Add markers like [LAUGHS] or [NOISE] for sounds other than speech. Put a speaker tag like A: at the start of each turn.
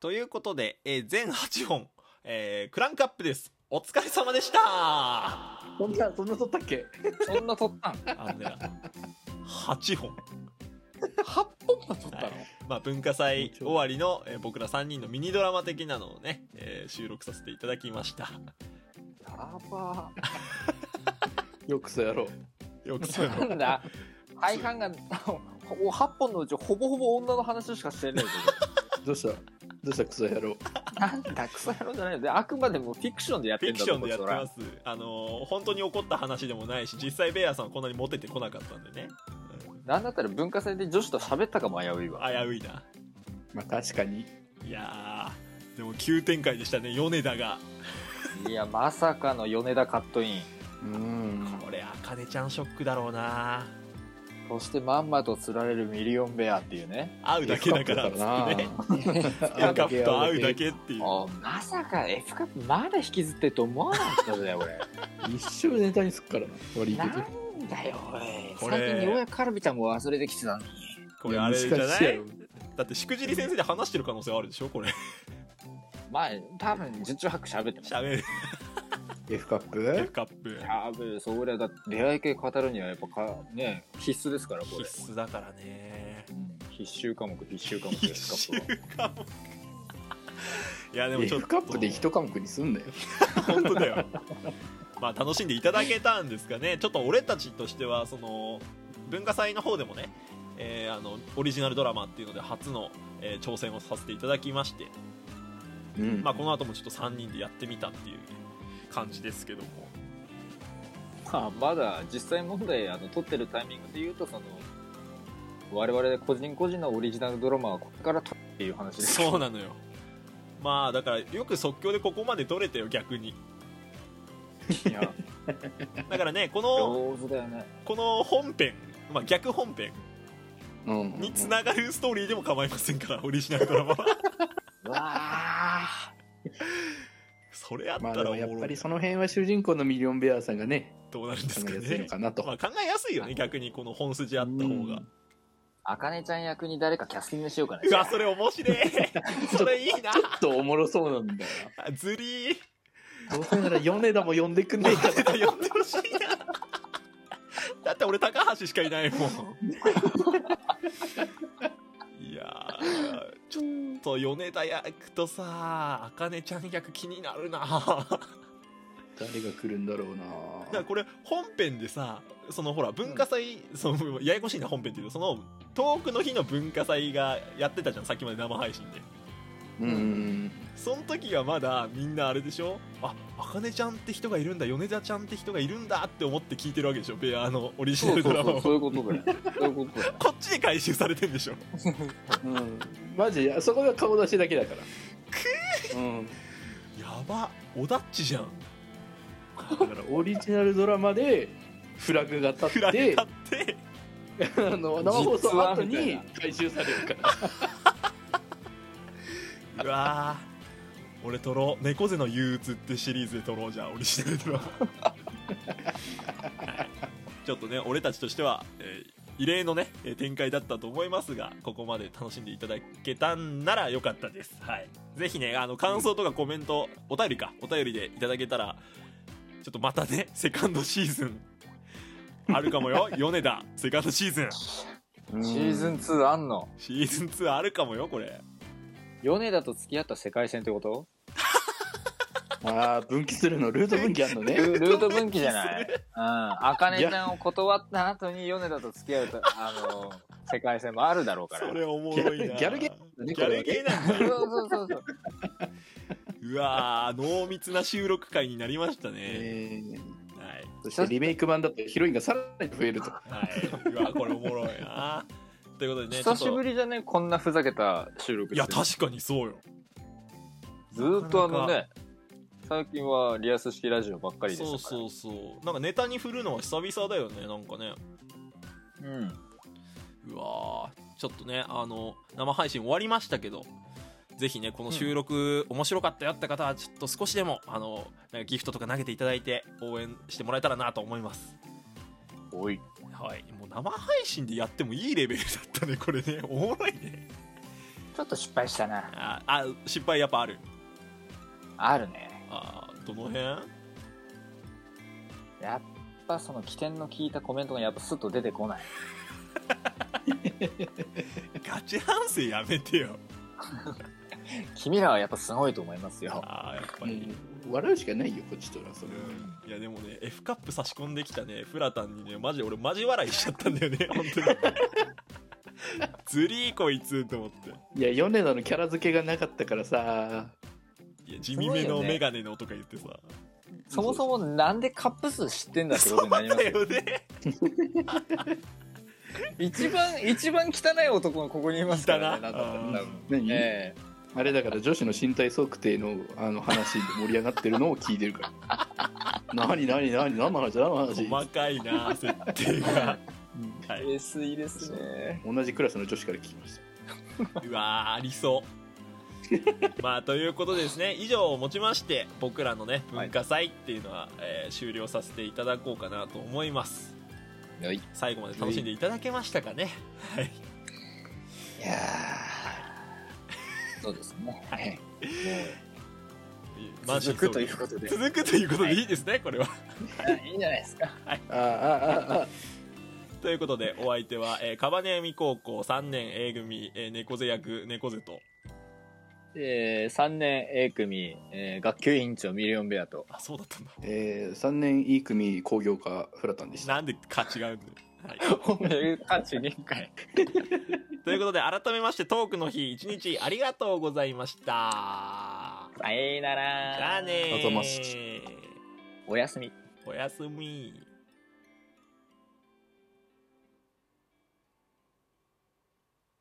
A: ということで、えー全8本、えークランクアップです。お疲れ様でしたあ
B: そんな、そんな撮ったっけ
C: そんな取ったん ?8
A: のね、8本。
C: 本も取ったの、
A: まあ、文化祭終わりの、えー僕ら3人のミニドラマ的なのをね、えー収録させていただきました。
B: やばーよくそやろう。
A: よくそういうの
C: なんだ大半が、お8本のうちほぼほぼ女の話しかしてないけ
B: どうしたどうしたクソ野郎。
C: ど。なん
A: [LAUGHS]
C: だ、クソ野郎じゃないよ。で、あくまでもフィクションでやっ
A: フ
C: て
A: ィ
C: ん
A: ク
C: だ
A: シ
C: と
A: ョン
C: 思
A: で
C: う
A: やって
C: そら
A: ま。す。あのー本当に起こった話でもないし、実際ベアさんはこんなにモテてこなかったんでね。
C: なんだったら文化祭で女子と喋ったかも危ういわ。
A: 危ういな。
B: まあ確かに。
A: いやー、でも急展開でしたね、米田が。
C: いや、まさかの米田カットイン。
B: うん。
A: これ、あかねちゃんショックだろうな
C: そしてまんまと釣られるミリオンベアっていうね。
A: 会うだけだからっつってね。エアカップと会うだけっていう。
C: おまさか F カップまだ引きずってると思わなかったんだよ、俺。
A: [LAUGHS]
B: 一生ネタにすっからな。割り
C: な
B: 切り。
C: んだよ、俺。
A: これ
C: 最近ようやくカルビちゃんも忘れてきてたのに。
A: これあれじゃ
B: や
A: な
B: しや
A: い
B: ろ
A: だってしくじり先生で話してる可能性あるでしょこれ。
C: まあ、多分、十中八九喋ってました。
A: 喋る
B: F カッ
A: エ
B: プ
A: フカップ。
C: 多分、それだって出会い系語るにはやっぱか、ね、必須ですから、これ。
A: [LAUGHS] 必須だからね。
C: うん必修科目、必修科目
A: 必
C: です
A: 修
C: か、こ
A: 科目。いやでもちょっ
B: F
A: と。
B: カップで一科目にすんだよ。
A: 本当だよまあ楽しんでいただけたんですかねちょっと俺たちとしてはその文化祭の方でもね、えーあのオリジナルドラマっていうので初の、えー挑戦をさせていただきまして、
B: うん。
A: まあ、この後もちょっと3人でやってみたっていう感じですけども
C: まあ、まだ実際問題、あの、撮ってるタイミングで言うと、その、我々個人個人のオリジナルドラマはここから撮るっていう話です。
A: そうなのよまあだからよく即興でここまで撮れたよ逆に
C: いや、
A: だからねこ
B: [LAUGHS]
A: の
C: 上手だよね。
A: この本編、まあ、逆本編
B: うん
A: につながるストーリーでも構いませんからオリジナルドラマ
B: [LAUGHS]
A: は
C: うわあ
A: それあった
B: まあで
A: らお
B: も
A: も
B: やっぱ
A: ろい
B: りその辺は主人公のミリオンベアさんがね、
A: どうなるんです
B: 考
A: か
B: えやす
A: ね
B: いのかなと。
A: まあ、考えやすいよね逆にこの本筋あった方が
C: あかねちゃん役に誰かキャスティングしようかな。
A: うわそれ面
B: [LAUGHS]
A: 白いそれいいな
B: ちょっとおもろそうなんだよ
A: ずり
B: な。どうせなら米田も呼んでくんねえか
A: ー呼んでほしいな [LAUGHS] だって俺高橋しかいないもんいやーちょっと米田役とさあかねちゃん役気になるなだか
B: 誰が来るんだろう
A: ら
B: な。
A: これ本編でさそのほら文化祭、そのややこしいな本編っていうとその遠くの日の文化祭がやってたじゃんさっきまで生配信で
B: うん。
A: その時はまだみんなあれでしょあ、あかねちゃんって人がいるんだ、米田ちゃんって人がいるんだって思って聞いてるわけでしょ、ベアのオリジナ
C: そ
A: ル
C: うそ
A: ド
C: う
A: ラマ
C: そう、そう
A: を。
C: いうことだよ。そういうことだよ。
A: こっちで回収されてんでしょ。
B: うん。マジ、あそこが顔出しだけだから。うん。
A: やば、おだっちじゃん。
B: だからオリジナルドラマでフラグが立
A: フ
B: っ
A: ラグ
B: て、
A: 立
B: あ
A: って、
B: の生放
C: 実
B: 送
C: は
B: 後
C: みたい
B: に
C: な
B: 回収されるから。
A: うわー俺撮ろう。猫背の憂鬱ってシリーズで撮ろうじゃん、オリジナルドラ
B: [LAUGHS]
A: マ。ちょっとね、俺たちとしては、えー異例のね、えー展開だったと思いますが、ここまで楽しんでいただけたんなら良かったです。はい。ぜひね、あの、感想とかコメント、お便りか、お便りでいただけたら、ちょっとまたね、セカンドシーズン、あるかもよ。
B: [LAUGHS]
A: 米田、セカンドシーズン。
C: シーズン
B: ン。
C: 2あんの
A: シーズン2あるかもよ、これ。
C: 米田と付き合った世界線ってこと
B: ああ、分岐するの、ルート分岐あんのね。
C: ルルート分岐じゃないうん。あかねちゃんを断った後に米田と付き合うと、あの、世界線もあるだろうから。
A: それおもろいな。
B: ギャルゲ
A: ギャルゲーなんだ
C: そうそうそうそう。
A: うわー、濃密な収録会になりましたね。
B: えー
A: はい。
B: そしてリメイク版だとヒロインがさらに増えると。
A: はい。うわー、これおもろいな。ということでね、
C: 久しぶ
A: り
C: りじゃねこんなふざけた収録
A: いや、
C: して
A: 確かにそうよ。
C: ずーっとあのね、最近はリアス式ラジオばっかりでした
A: そう
C: から。
A: そうそう。なんかネタに振るのは久々だよね、なんかね。
C: うん。
A: うわー、ちょっとね、あの、生配信終わりましたけど、ぜひね、この収録、面白かったよって方は、ちょっと少しでも、あの、なんかギフトとか投げていただいて、応援してもらえたらなと思います。
C: おい。
A: はい。もう生配信でやってもいいレベルだったね、これね。おもろいね。
C: ちちょっと失敗したな
A: ああ失敗やっぱある
C: あるね
A: あーどの辺あ
C: やっぱその起点の聞いたコメントがやっぱスッと出てこない
A: ガチ反省やめてよ
C: 君らはやっぱすごいと思いますよ
A: あーやっぱ
B: う
A: り、
B: ん笑うしかないよこっちとらそれは
A: うんいやでもね F カップ差し込んできたねフラタンにねマジ俺マジ笑いしちゃったんだよね [LAUGHS] 本当にずりーこいつと思って
B: いや米田のキャラ付けがなかったからさ
A: いや地味め
C: すごい
A: の
C: よね
A: メガネのとか言ってさ
C: そもそもなんでカップ数知ってんだってことになります
A: だ
C: よ
A: よね
C: [LAUGHS] 一番一番汚い男がここにいますからね
A: 汚い
C: なんだったら多分
B: 何、
C: ええ
B: あれだから女子の身体測定のあの話で盛り上がってるのを聞いてるから [LAUGHS] 何何何何の話何の話、
A: 細かいな設定が
B: うん
A: はい
C: S いいですね
B: 同じクラスの女子から聞きました
A: うわーありそうまあということでですね以上をもちまして僕らのね
C: はい
A: 文化祭っていうのは、えー終了させていただこうかなと思います
C: はいい
A: 最後まで楽しんでいただけましたかねはい
C: やーそうですねはいもう続くということで
A: 続くということでいいですね、これは
C: はいいいんじゃないですか
B: あああああ
A: ということでお相手は、えー、カバネミ高校3年 A 組、えー、猫背役猫背と
C: えー、3年 A 組、えー、学級委員長ミリオンベア [LAUGHS] と
A: あそうだったんだ
B: えー、3年 E 組工業科フラタンでした
A: なんでか違うんだよ、はい、
C: おめでたち限界
A: ということで改めましてトークの日一日ありがとうございました
C: さよなら
A: じゃあねー
B: ありがとうございま
C: おやすみ
A: おやすみ